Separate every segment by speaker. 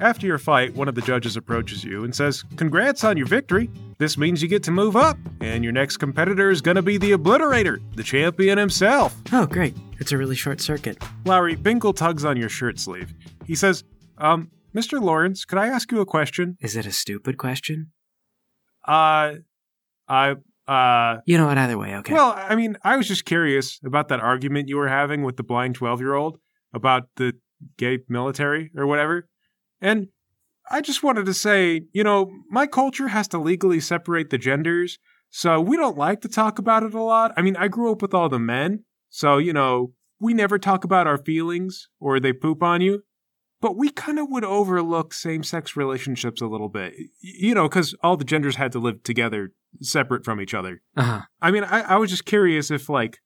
Speaker 1: After your fight, one of the judges approaches you and says, Congrats on your victory. This means you get to move up, and your next competitor is going to be the Obliterator, the champion himself.
Speaker 2: Oh, great. It's a really short circuit.
Speaker 1: Lowry, Binkle tugs on your shirt sleeve. He says, Um, Mr. Lawrence, could I ask you a question?
Speaker 2: Is it a stupid question?
Speaker 1: Uh, I, uh,
Speaker 2: You know what? Either way, okay.
Speaker 1: Well, I mean, I was just curious about that argument you were having with the blind 12 year old about the gay military or whatever. And I just wanted to say, you know, my culture has to legally separate the genders, so we don't like to talk about it a lot. I mean, I grew up with all the men, so, you know, we never talk about our feelings or they poop on you. But we kind of would overlook same sex relationships a little bit, y- you know, because all the genders had to live together separate from each other.
Speaker 2: uh-huh.
Speaker 1: I mean, I, I was just curious if, like,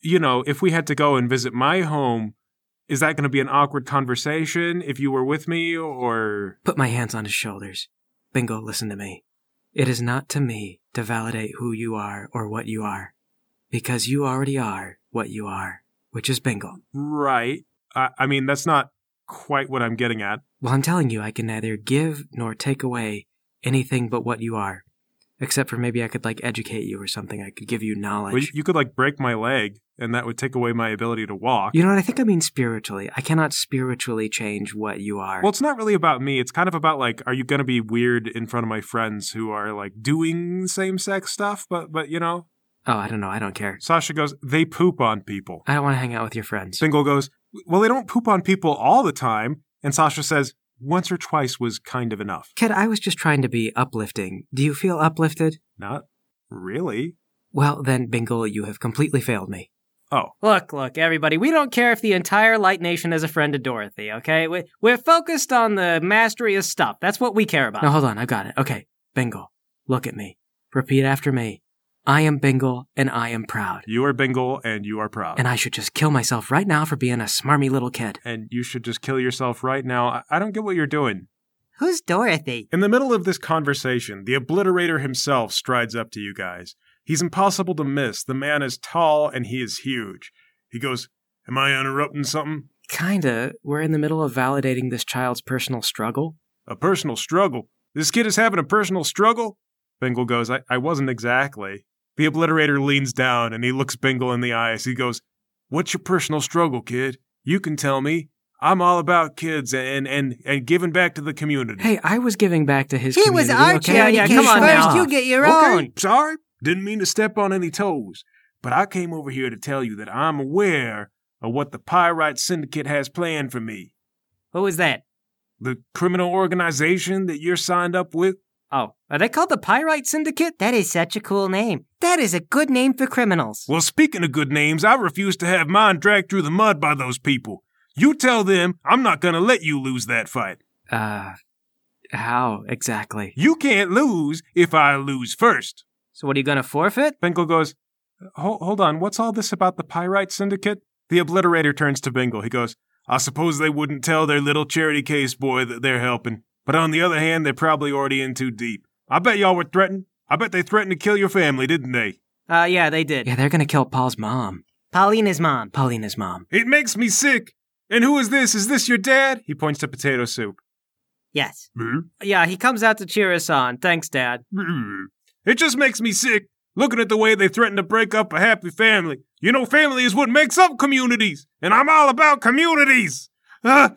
Speaker 1: you know, if we had to go and visit my home, is that going to be an awkward conversation if you were with me or.
Speaker 2: Put my hands on his shoulders. Bingo, listen to me. It is not to me to validate who you are or what you are, because you already are what you are, which is Bingo.
Speaker 1: Right. I, I mean, that's not quite what I'm getting at.
Speaker 2: Well, I'm telling you, I can neither give nor take away anything but what you are, except for maybe I could, like, educate you or something. I could give you knowledge.
Speaker 1: Well, you, you could, like, break my leg, and that would take away my ability to walk.
Speaker 2: You know what? I think I mean spiritually. I cannot spiritually change what you are.
Speaker 1: Well, it's not really about me. It's kind of about like, are you going to be weird in front of my friends who are like doing same sex stuff? But, but you know,
Speaker 2: oh, I don't know. I don't care.
Speaker 1: Sasha goes, they poop on people.
Speaker 2: I don't want to hang out with your friends.
Speaker 1: Single goes, Well, they don't poop on people all the time. And Sasha says, Once or twice was kind of enough.
Speaker 2: Kid, I was just trying to be uplifting. Do you feel uplifted?
Speaker 1: Not really.
Speaker 2: Well, then, Bingle, you have completely failed me.
Speaker 1: Oh,
Speaker 3: Look, look, everybody, we don't care if the entire Light Nation is a friend of Dorothy, okay? We- We're focused on the mastery of stuff. That's what we care about.
Speaker 2: Now, hold on. I've got it. Okay. Bingle, look at me. Repeat after me. I am Bingle, and I am proud.
Speaker 1: you are Bingle and you are proud.
Speaker 2: And I should just kill myself right now for being a smarmy little kid.
Speaker 1: And you should just kill yourself right now. I- I don't get what you're doing.
Speaker 3: Who's Dorothy?
Speaker 1: In the middle of this conversation, the obliterator himself strides up to you guys. He's impossible to miss. The man is tall and he is huge. He goes, Am I interrupting something?
Speaker 2: Kinda. We're in the middle of validating this child's personal struggle.
Speaker 1: A personal struggle. This kid is having a personal struggle? Bingle goes, I, I wasn't exactly. The obliterator leans down and he looks Bingle in the eyes. He goes, What's your personal struggle, kid? You can tell me. I'm all about kids and and and giving back to the community.
Speaker 2: Hey, I was giving back to his
Speaker 3: He was
Speaker 2: community.
Speaker 3: our
Speaker 2: okay?
Speaker 3: charity
Speaker 2: Yeah,
Speaker 3: case
Speaker 2: come on
Speaker 3: first.
Speaker 2: now.
Speaker 3: You get your
Speaker 1: okay,
Speaker 3: own.
Speaker 1: Sorry. Didn't mean to step on any toes. But I came over here to tell you that I'm aware of what the Pyrite Syndicate has planned for me.
Speaker 3: Who is that?
Speaker 1: The criminal organization that you're signed up with.
Speaker 3: Oh, are they called the Pyrite Syndicate? That is such a cool name. That is a good name for criminals.
Speaker 1: Well, speaking of good names, I refuse to have mine dragged through the mud by those people. You tell them I'm not going to let you lose that fight.
Speaker 2: Uh, how exactly?
Speaker 1: You can't lose if I lose first.
Speaker 3: So what are you going to forfeit?
Speaker 1: Bingle goes, "Hol- Hold on, what's all this about the Pyrite Syndicate? The obliterator turns to Bingle. He goes, I suppose they wouldn't tell their little charity case boy that they're helping. But on the other hand, they're probably already in too deep. I bet y'all were threatened. I bet they threatened to kill your family, didn't they?
Speaker 3: Uh, yeah, they did.
Speaker 2: Yeah, they're gonna kill Paul's mom.
Speaker 3: Paulina's mom.
Speaker 2: Paulina's mom.
Speaker 1: It makes me sick. And who is this? Is this your dad? He points to potato soup.
Speaker 3: Yes. Yeah, he comes out to cheer us on. Thanks, Dad.
Speaker 1: Hmm. It just makes me sick looking at the way they threaten to break up a happy family. You know, family is what makes up communities, and I'm all about communities. Ah,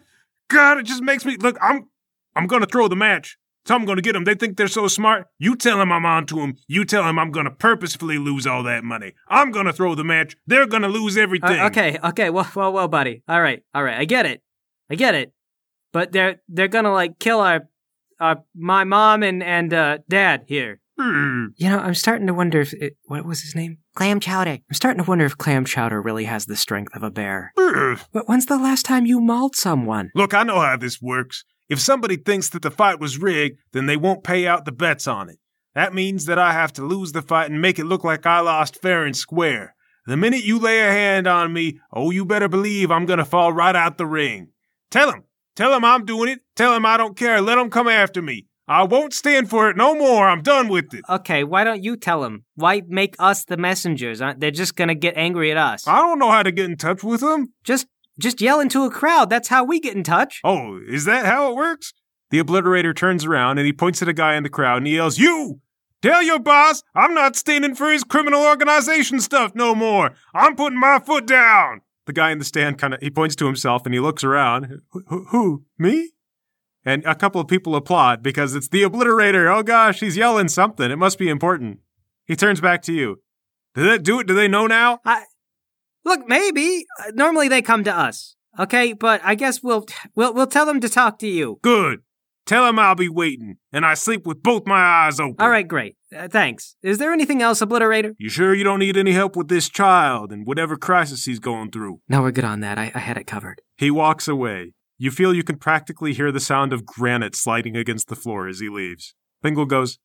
Speaker 1: God, it just makes me look. I'm, I'm gonna throw the match. So I'm gonna get them. They think they're so smart. You tell them I'm onto them. You tell them I'm gonna purposefully lose all that money. I'm gonna throw the match. They're gonna lose
Speaker 3: Uh,
Speaker 1: everything.
Speaker 3: okay, okay. Well, well, well, buddy. All right, all right. I get it. I get it. But they're they're gonna like kill our, our my mom and and uh, dad here.
Speaker 1: Hmm.
Speaker 2: You know, I'm starting to wonder if it, what was his name?
Speaker 3: Clam chowder.
Speaker 2: I'm starting to wonder if clam chowder really has the strength of a bear.
Speaker 1: Brr.
Speaker 2: But when's the last time you mauled someone?
Speaker 1: Look, I know how this works. If somebody thinks that the fight was rigged, then they won't pay out the bets on it. That means that I have to lose the fight and make it look like I lost fair and square. The minute you lay a hand on me, oh, you better believe I'm gonna fall right out the ring. Tell 'em, tell 'em I'm doing it. Tell 'em I don't care. Let 'em come after me. I won't stand for it no more. I'm done with it.
Speaker 3: Okay, why don't you tell them? Why make us the messengers? Aren't they just gonna get angry at us?
Speaker 1: I don't know how to get in touch with 'em.
Speaker 3: Just
Speaker 2: Just yell into a crowd. That's how we get in touch.
Speaker 1: Oh, is that how it works? The obliterator turns around and he points at a guy in the crowd and he yells, You! Tell your boss I'm not standing for his criminal organization stuff no more. I'm putting my foot down. The guy in the stand kind of he points to himself and he looks around. Who, who- who? Me? And a couple of people applaud because it's the obliterator. Oh gosh, he's yelling something. It must be important. He turns back to you. Did that do it? Do they know now?
Speaker 2: Look, maybe uh, normally they come to us. Okay, but I guess we'll we'll we'll tell them to talk to you.
Speaker 1: Good. Tell him I'll be waiting, and I sleep with both my eyes open.
Speaker 2: All right, great. Uh, thanks. Is there anything else, Obliterator?
Speaker 1: You sure you don't need any help with this child and whatever crisis he's going through?
Speaker 3: No, we're good on that. I, I had it covered.
Speaker 1: He walks away. You feel you can practically hear the sound of granite sliding against the floor as he leaves. Bingle goes,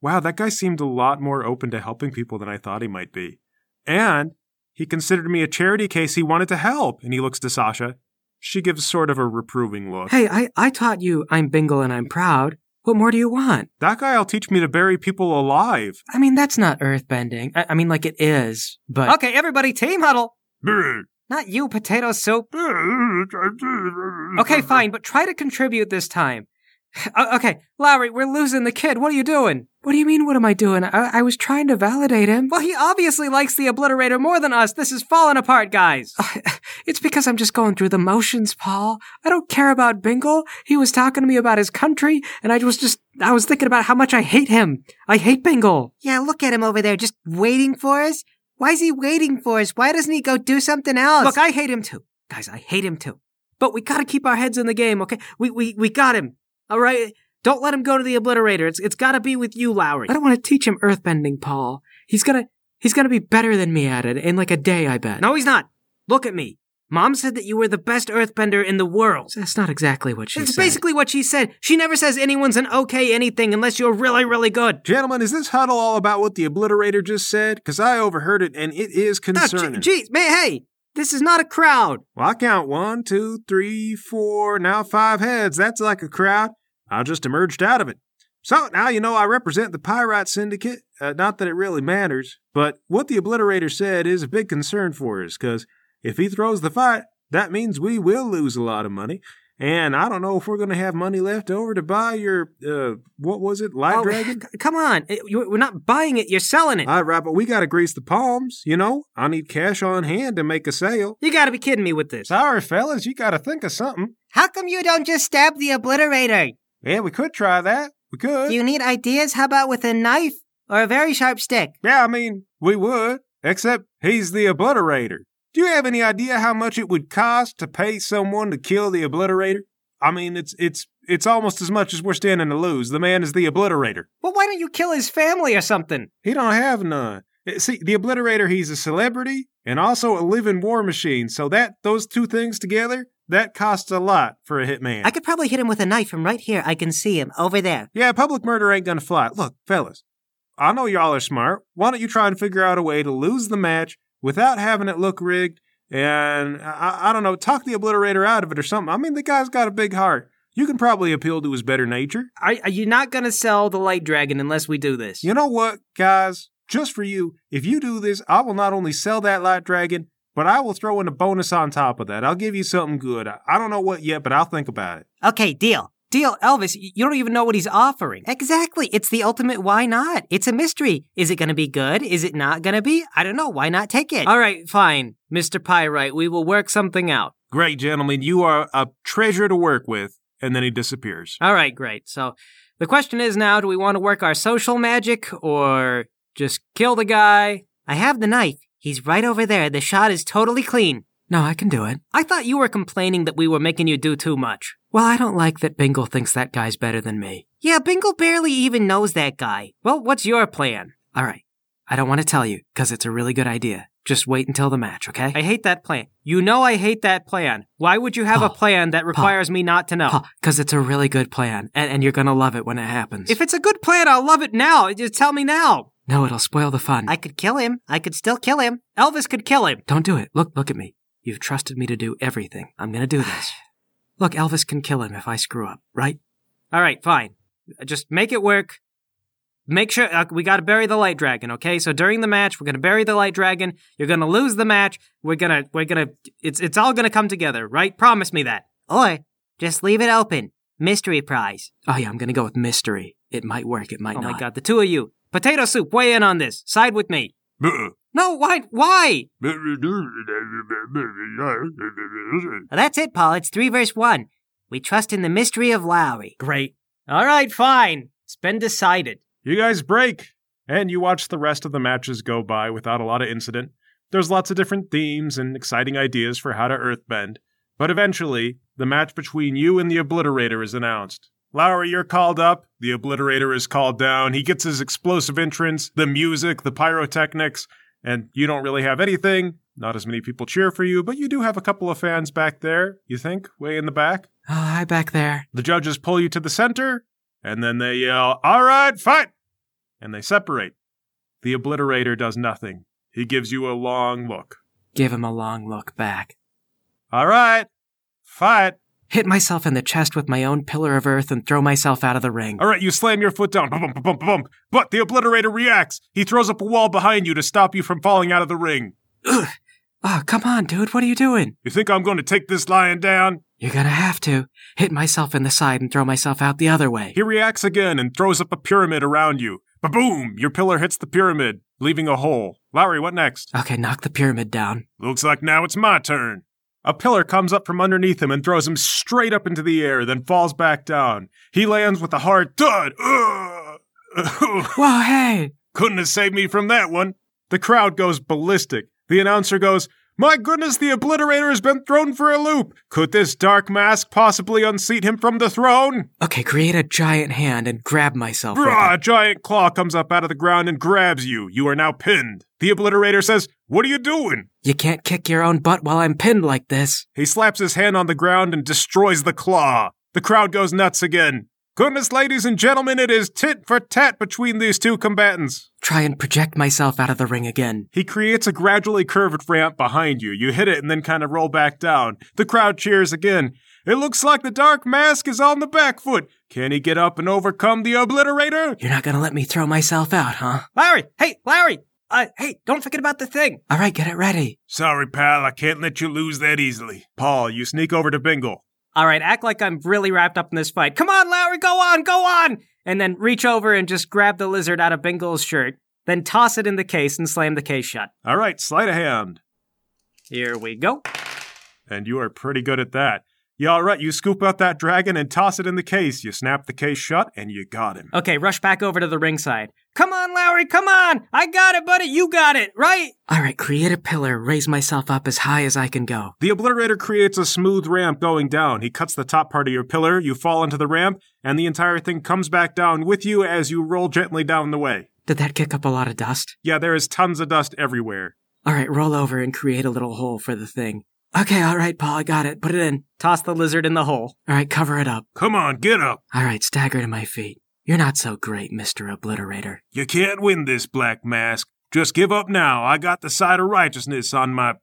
Speaker 1: Wow, that guy seemed a lot more open to helping people than I thought he might be. And he considered me a charity case he wanted to help. And he looks to Sasha. She gives sort of a reproving look.
Speaker 3: Hey, I, I taught you I'm Bingle and I'm proud. What more do you want?
Speaker 1: That guy'll teach me to bury people alive.
Speaker 3: I mean, that's not earthbending. I, I mean, like, it is, but.
Speaker 2: Okay, everybody, team huddle. Not you, potato soup. Okay,
Speaker 3: Mm-hmm.
Speaker 1: Okay,
Speaker 2: fine, but try to contribute this time. O- okay, Lowry, we're losing the kid. What are you doing?
Speaker 3: What do you mean, what am I doing? I, I was trying to validate him.
Speaker 2: Well, he obviously likes the obliterator more than us. This is falling apart, guys.
Speaker 3: It's because I'm just going through the motions, Paul. I don't care about Bingle. He was talking to me about his country, and I was just, I was thinking about how much I hate him. I hate Bingle.
Speaker 2: Yeah, look at him over there, just waiting for us. Why is he waiting for us? Why doesn't he go do something else? Look, I hate him too. Guys, I hate him too. But we gotta keep our heads in the game, okay? We we we got him. All right. Don't let him go to the obliterator. It's it's gotta be with you, Lowry.
Speaker 3: I don't want to teach him earthbending, Paul. He's gonna, he's gonna be better than me at it in like a day, I bet.
Speaker 2: No, he's not. Look at me. Mom said that you were the best earthbender in the world.
Speaker 3: that's not exactly what she
Speaker 2: It's
Speaker 3: said.
Speaker 2: basically what she said. She never says anyone's an okay anything unless you're really, really good.
Speaker 1: Gentlemen, is this huddle all about what the obliterator just said? Because I overheard it and it is
Speaker 2: No, gee-
Speaker 1: concerning.
Speaker 2: Jeez, man, hey, this is not a crowd.
Speaker 1: Well, I count one, two, three, four, now five heads. That's like a crowd. I just emerged out of it. So now you know I represent the Pyrite Syndicate. Uh, not that it really matters, but what the Obliterator said is a big concern for us, because if he throws the fight, that means we will lose a lot of money. And I don't know if we're going to have money left over to buy your, uh, what was it, Light
Speaker 2: Oh,
Speaker 1: Dragon?
Speaker 2: c- come on. It- you- We're not buying it. You're selling it.
Speaker 1: All right, but we got to grease the palms, you know? I need cash on hand to make a sale.
Speaker 2: you gotta be kidding me with this.
Speaker 1: Sorry, fellas, you got to think of something.
Speaker 2: How come you don't just stab the obliterator?
Speaker 1: Yeah, we could try that. We could.
Speaker 2: need ideas? How about with a knife or a very sharp stick?
Speaker 1: yeah, I mean, we would. Except he's the obliterator. Do you have any idea how much it would cost to pay someone to kill the obliterator? I mean, it's it's it's almost as much as we're standing to lose. The man is the obliterator.
Speaker 2: Well, why don't you kill his family or something?
Speaker 1: He don't have none. Eh, See, the obliterator, he's a celebrity and also a living war machine. So that those two things together, that costs a lot for a hitman.
Speaker 2: could probably hit him with a knife from right here. I can see him over there.
Speaker 1: Yeah, public murder ain't gonna fly. Look, fellas, I know y'all are smart. Why don't you try and figure out a way to lose the match without having it look rigged? And I, I don't know, talk the obliterator out of it or something. I mean, the guy's got a big heart. You can probably appeal to his better nature.
Speaker 2: Are, are you not gonna sell the light dragon unless we do this?
Speaker 1: You know what, guys? Just for you, if you do this, I will not only sell that light dragon, but I will throw in a bonus on top of that. I'll give you something good. I, I don't know what yet, but I'll think about it.
Speaker 2: Okay, deal. Deal, Elvis. y- You don't even know what he's offering. Exactly. It's the ultimate why not. It's a mystery. Is it going to be good? Is it not going to be? I don't know. Why not take it? All right, fine. Mr. Pyrite, we will work something out.
Speaker 1: Great, gentlemen. You are a treasure to work with. And then he disappears.
Speaker 2: All right, great. So the question is now do we want to work our social magic or just kill the guy? I have the knife. He's right over there. The shot is totally clean.
Speaker 3: no, I can do it.
Speaker 2: I thought you were complaining that we were making you do too much.
Speaker 3: Well, I don't like that Bingle thinks that guy's better than me.
Speaker 2: Yeah, Bingle barely even knows that guy. Well, what's your plan?
Speaker 3: All right. I don't want to tell you because it's a really good idea. Just wait until the match, okay?
Speaker 2: I hate that plan. You know I hate that plan. Why would you have a
Speaker 3: Paul,
Speaker 2: plan that requires me not to know?
Speaker 3: Because it's a really good plan, and, and you're going to love it when it happens.
Speaker 2: If it's a good plan, I'll love it now. Just tell me now.
Speaker 3: no, it'll spoil the fun.
Speaker 2: could kill him. I could still kill him. Elvis could kill him.
Speaker 3: Don't do it. Look, look at me. You've trusted me to do everything. I'm going to do this. look, Elvis can kill him if I screw up, right?
Speaker 2: All right, fine. Just make it work.
Speaker 3: make sure uh, we got to bury the light dragon, okay? So during the match, we're going to bury the light dragon. You're going to lose the match. We're going to we're going to it's it's all going to come together, right? Promise me that. Or just leave it open. Mystery prize.
Speaker 2: Oh yeah, I'm gonna go with mystery. It might work. It might
Speaker 3: oh
Speaker 2: not.
Speaker 3: my god, the two of you. Potato soup, weigh in on this. Side with me. No, why why? that's it, Paul. It's three verse one. We trust in the mystery of Lowry. Great. All right, fine. It's been decided.
Speaker 1: You guys break, and you watch the rest of the matches go by without a lot of incident. There's lots of different themes and exciting ideas for how to earthbend, but eventually, the match between you and the Obliterator is announced. Lowry, you're called up. The Obliterator is called down. He gets his explosive entrance, the music, the pyrotechnics, and you don't really have anything. Not as many people cheer for you, but you do have a couple of fans back there, you think, way in the back.
Speaker 2: Oh, hi back there.
Speaker 1: The judges pull you to the center, and then they yell, All right, fight! And they separate. The obliterator does nothing. He gives you a long look.
Speaker 2: Give him a long look back.
Speaker 1: All right, fight!
Speaker 2: Hit myself in the chest with my own pillar of earth and throw myself out of the ring.
Speaker 1: All right, you slam your foot down. Bump, bump, bump, bump. But the obliterator reacts. He throws up a wall behind you to stop you from falling out of the ring.
Speaker 2: Ugh. Oh, come on, dude. What are you doing?
Speaker 1: You think I'm going to take this lion down?
Speaker 2: You're gonna have to. Hit myself in the side and throw myself out the other way.
Speaker 1: He reacts again and throws up a pyramid around you. Ba boom! Your pillar hits the pyramid, leaving a hole. Lowry, what next?
Speaker 2: Okay, knock the pyramid down.
Speaker 1: Looks like now it's my turn. A pillar comes up from underneath him and throws him straight up into the air, then falls back down. He lands with a hard thud. Ugh!
Speaker 2: Whoa, hey!
Speaker 1: Couldn't have saved me from that one. The crowd goes ballistic. The announcer goes, My goodness, the obliterator has been thrown for a loop. Could this dark mask possibly unseat him from the throne?
Speaker 2: Okay, create a giant hand and grab myself. with
Speaker 1: Brah, a
Speaker 2: it.
Speaker 1: giant claw comes up out of the ground and grabs you. You are now pinned. The obliterator says, What are you doing?
Speaker 2: You can't kick your own butt while I'm pinned like this.
Speaker 1: He slaps his hand on the ground and destroys the claw. The crowd goes nuts again. Goodness, ladies and gentlemen, it is tit for tat between these two combatants.
Speaker 2: Try and project myself out of the ring again.
Speaker 1: He creates a gradually curved ramp behind you. You hit it and then kind of roll back down. The crowd cheers again. It looks like the dark mask is on the back foot. Can he get up and overcome the obliterator?
Speaker 2: You're not gonna let me throw myself out, huh?
Speaker 3: Larry, hey, Larry! Uh, hey, don't forget about the thing.
Speaker 2: All right, get it ready.
Speaker 1: Sorry, pal, I can't let you lose that easily. Paul, you sneak over to Bingle.
Speaker 3: All right, act like I'm really wrapped up in this fight. Come on, Larry, go on, go on! And then reach over and just grab the lizard out of Bingle's shirt, then toss it in the case and slam the case shut.
Speaker 1: All right, sleight of hand.
Speaker 3: Here we go.
Speaker 1: And you are pretty good at that. Yeah, all right, you scoop out that dragon and toss it in the case. You snap the case shut and you got him.
Speaker 3: Okay, rush back over to the ringside. Come on, Lowry, come on! I got it, buddy, you got it, right?
Speaker 2: All right, create a pillar, raise myself up as high as I can go.
Speaker 1: The obliterator creates a smooth ramp going down. He cuts the top part of your pillar, you fall into the ramp, and the entire thing comes back down with you as you roll gently down the way.
Speaker 2: Did that kick up a lot of dust?
Speaker 1: Yeah, there is tons of dust everywhere.
Speaker 2: All right, roll over and create a little hole for the thing. Okay, all right, Paul, I got it. Put it in.
Speaker 3: Toss the lizard in the hole.
Speaker 2: All right, cover it up.
Speaker 1: Come on, get up.
Speaker 2: All right, stagger to my feet. You're not so great, Mr. Obliterator.
Speaker 1: You can't win this, Black Mask. Just give up now. I got the side of righteousness on my,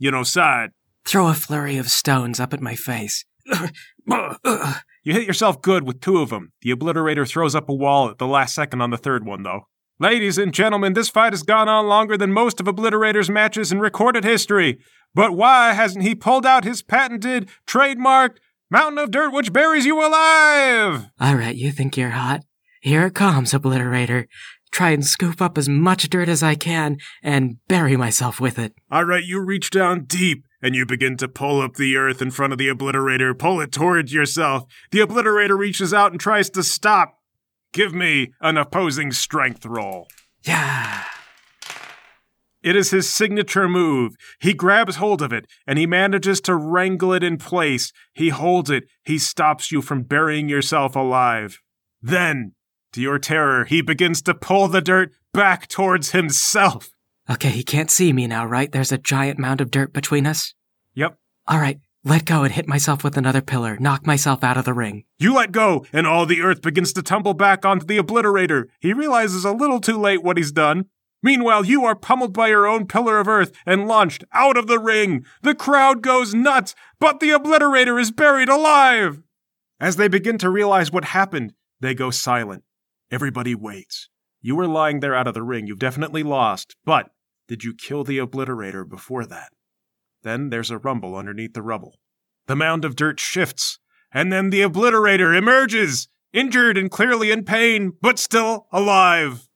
Speaker 1: you know, side.
Speaker 2: Throw a flurry of stones up at my face. Ugh, ugh.
Speaker 1: You hit yourself good with two of them. The obliterator throws up a wall at the last second on the third one, though. Ladies and gentlemen, this fight has gone on longer than most of Obliterator's matches in recorded history. But why hasn't he pulled out his patented, trademarked mountain of dirt which buries you alive?
Speaker 2: All right, you think you're hot? Here it comes, Obliterator. Try and scoop up as much dirt as I can and bury myself with it.
Speaker 1: All right, you reach down deep and you begin to pull up the earth in front of the obliterator, pull it towards yourself. The obliterator reaches out and tries to stop. Give me an opposing strength roll.
Speaker 2: Yeah.
Speaker 1: It is his signature move. He grabs hold of it and he manages to wrangle it in place. He holds it. He stops you from burying yourself alive. Then, to your terror, he begins to pull the dirt back towards himself.
Speaker 2: Okay, he can't see me now, right? There's a giant mound of dirt between us.
Speaker 1: Yep.
Speaker 2: All right, let go and hit myself with another pillar. Knock myself out of the ring.
Speaker 1: You let go, and all the earth begins to tumble back onto the obliterator. He realizes a little too late what he's done. Meanwhile, you are pummeled by your own pillar of earth and launched out of the ring. The crowd goes nuts, but the obliterator is buried alive. As they begin to realize what happened, they go silent. Everybody waits. You were lying there out of the ring. You've definitely lost. But did you kill the obliterator before that? Then there's a rumble underneath the rubble. The mound of dirt shifts, and then the obliterator emerges, injured and clearly in pain, but still alive.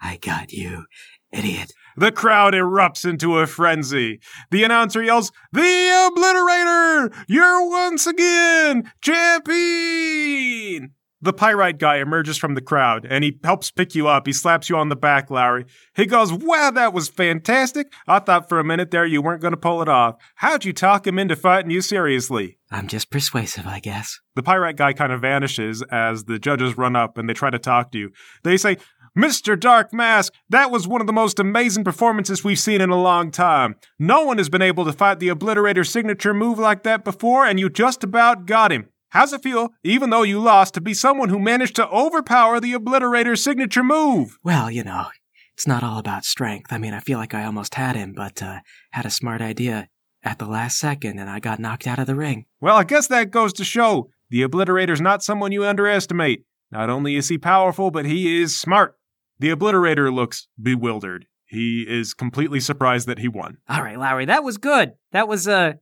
Speaker 2: I got you, idiot.
Speaker 1: The crowd erupts into a frenzy. The announcer yells, The Obliterator! You're once again champion! The pyrite guy emerges from the crowd and he helps pick you up. He slaps you on the back, Lowry. He goes, Wow, that was fantastic. I thought for a minute there you weren't going to pull it off. How'd you talk him into fighting you seriously?
Speaker 2: I'm just persuasive, I guess.
Speaker 1: The pirate guy kind of vanishes as the judges run up and they try to talk to you. They say, Mr. Dark Mask, that was one of the most amazing performances we've seen in a long time. No one has been able to fight the Obliterator signature move like that before, and you just about got him. How's it feel, even though you lost, to be someone who managed to overpower the Obliterator signature move?
Speaker 2: Well, you know, it's not all about strength. I mean, I feel like I almost had him, but uh, had a smart idea at the last second, and I got knocked out of the ring.
Speaker 1: Well, I guess that goes to show the Obliterator's not someone you underestimate. Not only is he powerful, but he is smart. The obliterator looks bewildered. He is completely surprised that he won.
Speaker 3: All right, Lowry, that was good. That was uh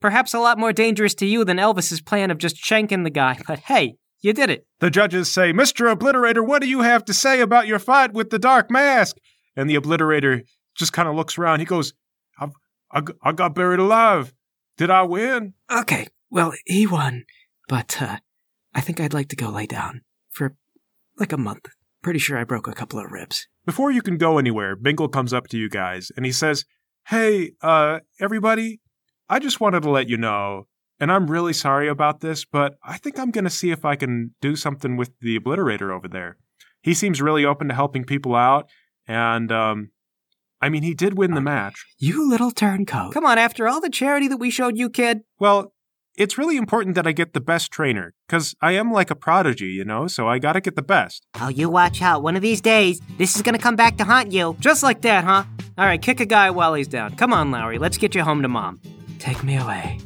Speaker 3: perhaps a lot more dangerous to you than Elvis's plan of just shanking the guy, but hey, you did it.
Speaker 1: The judges say, Mr. Obliterator, what do you have to say about your fight with the Dark Mask? And the obliterator just kind of looks around. He goes, I, I, I got buried alive. Did I win?
Speaker 2: Okay, well, he won, but uh, I think I'd like to go lay down for like a month. Pretty sure I broke a couple of ribs.
Speaker 1: Before you can go anywhere, Bingle comes up to you guys and he says, Hey, uh, everybody, I just wanted to let you know, and I'm really sorry about this, but I think I'm going to see if I can do something with the obliterator over there. He seems really open to helping people out, and, um, I mean, he did win the match.
Speaker 2: You little turncoat.
Speaker 3: Come on, after all the charity that we showed you, kid.
Speaker 1: Well, it's really important that I get the best trainer, because I am like a prodigy, you know, so I gotta get the best.
Speaker 4: Oh, you watch out. One of these days, this is gonna come back to haunt you.
Speaker 3: Just like that, huh? All right, kick a guy while he's down. Come on, Lowry, let's get you home to mom.
Speaker 2: Take me away.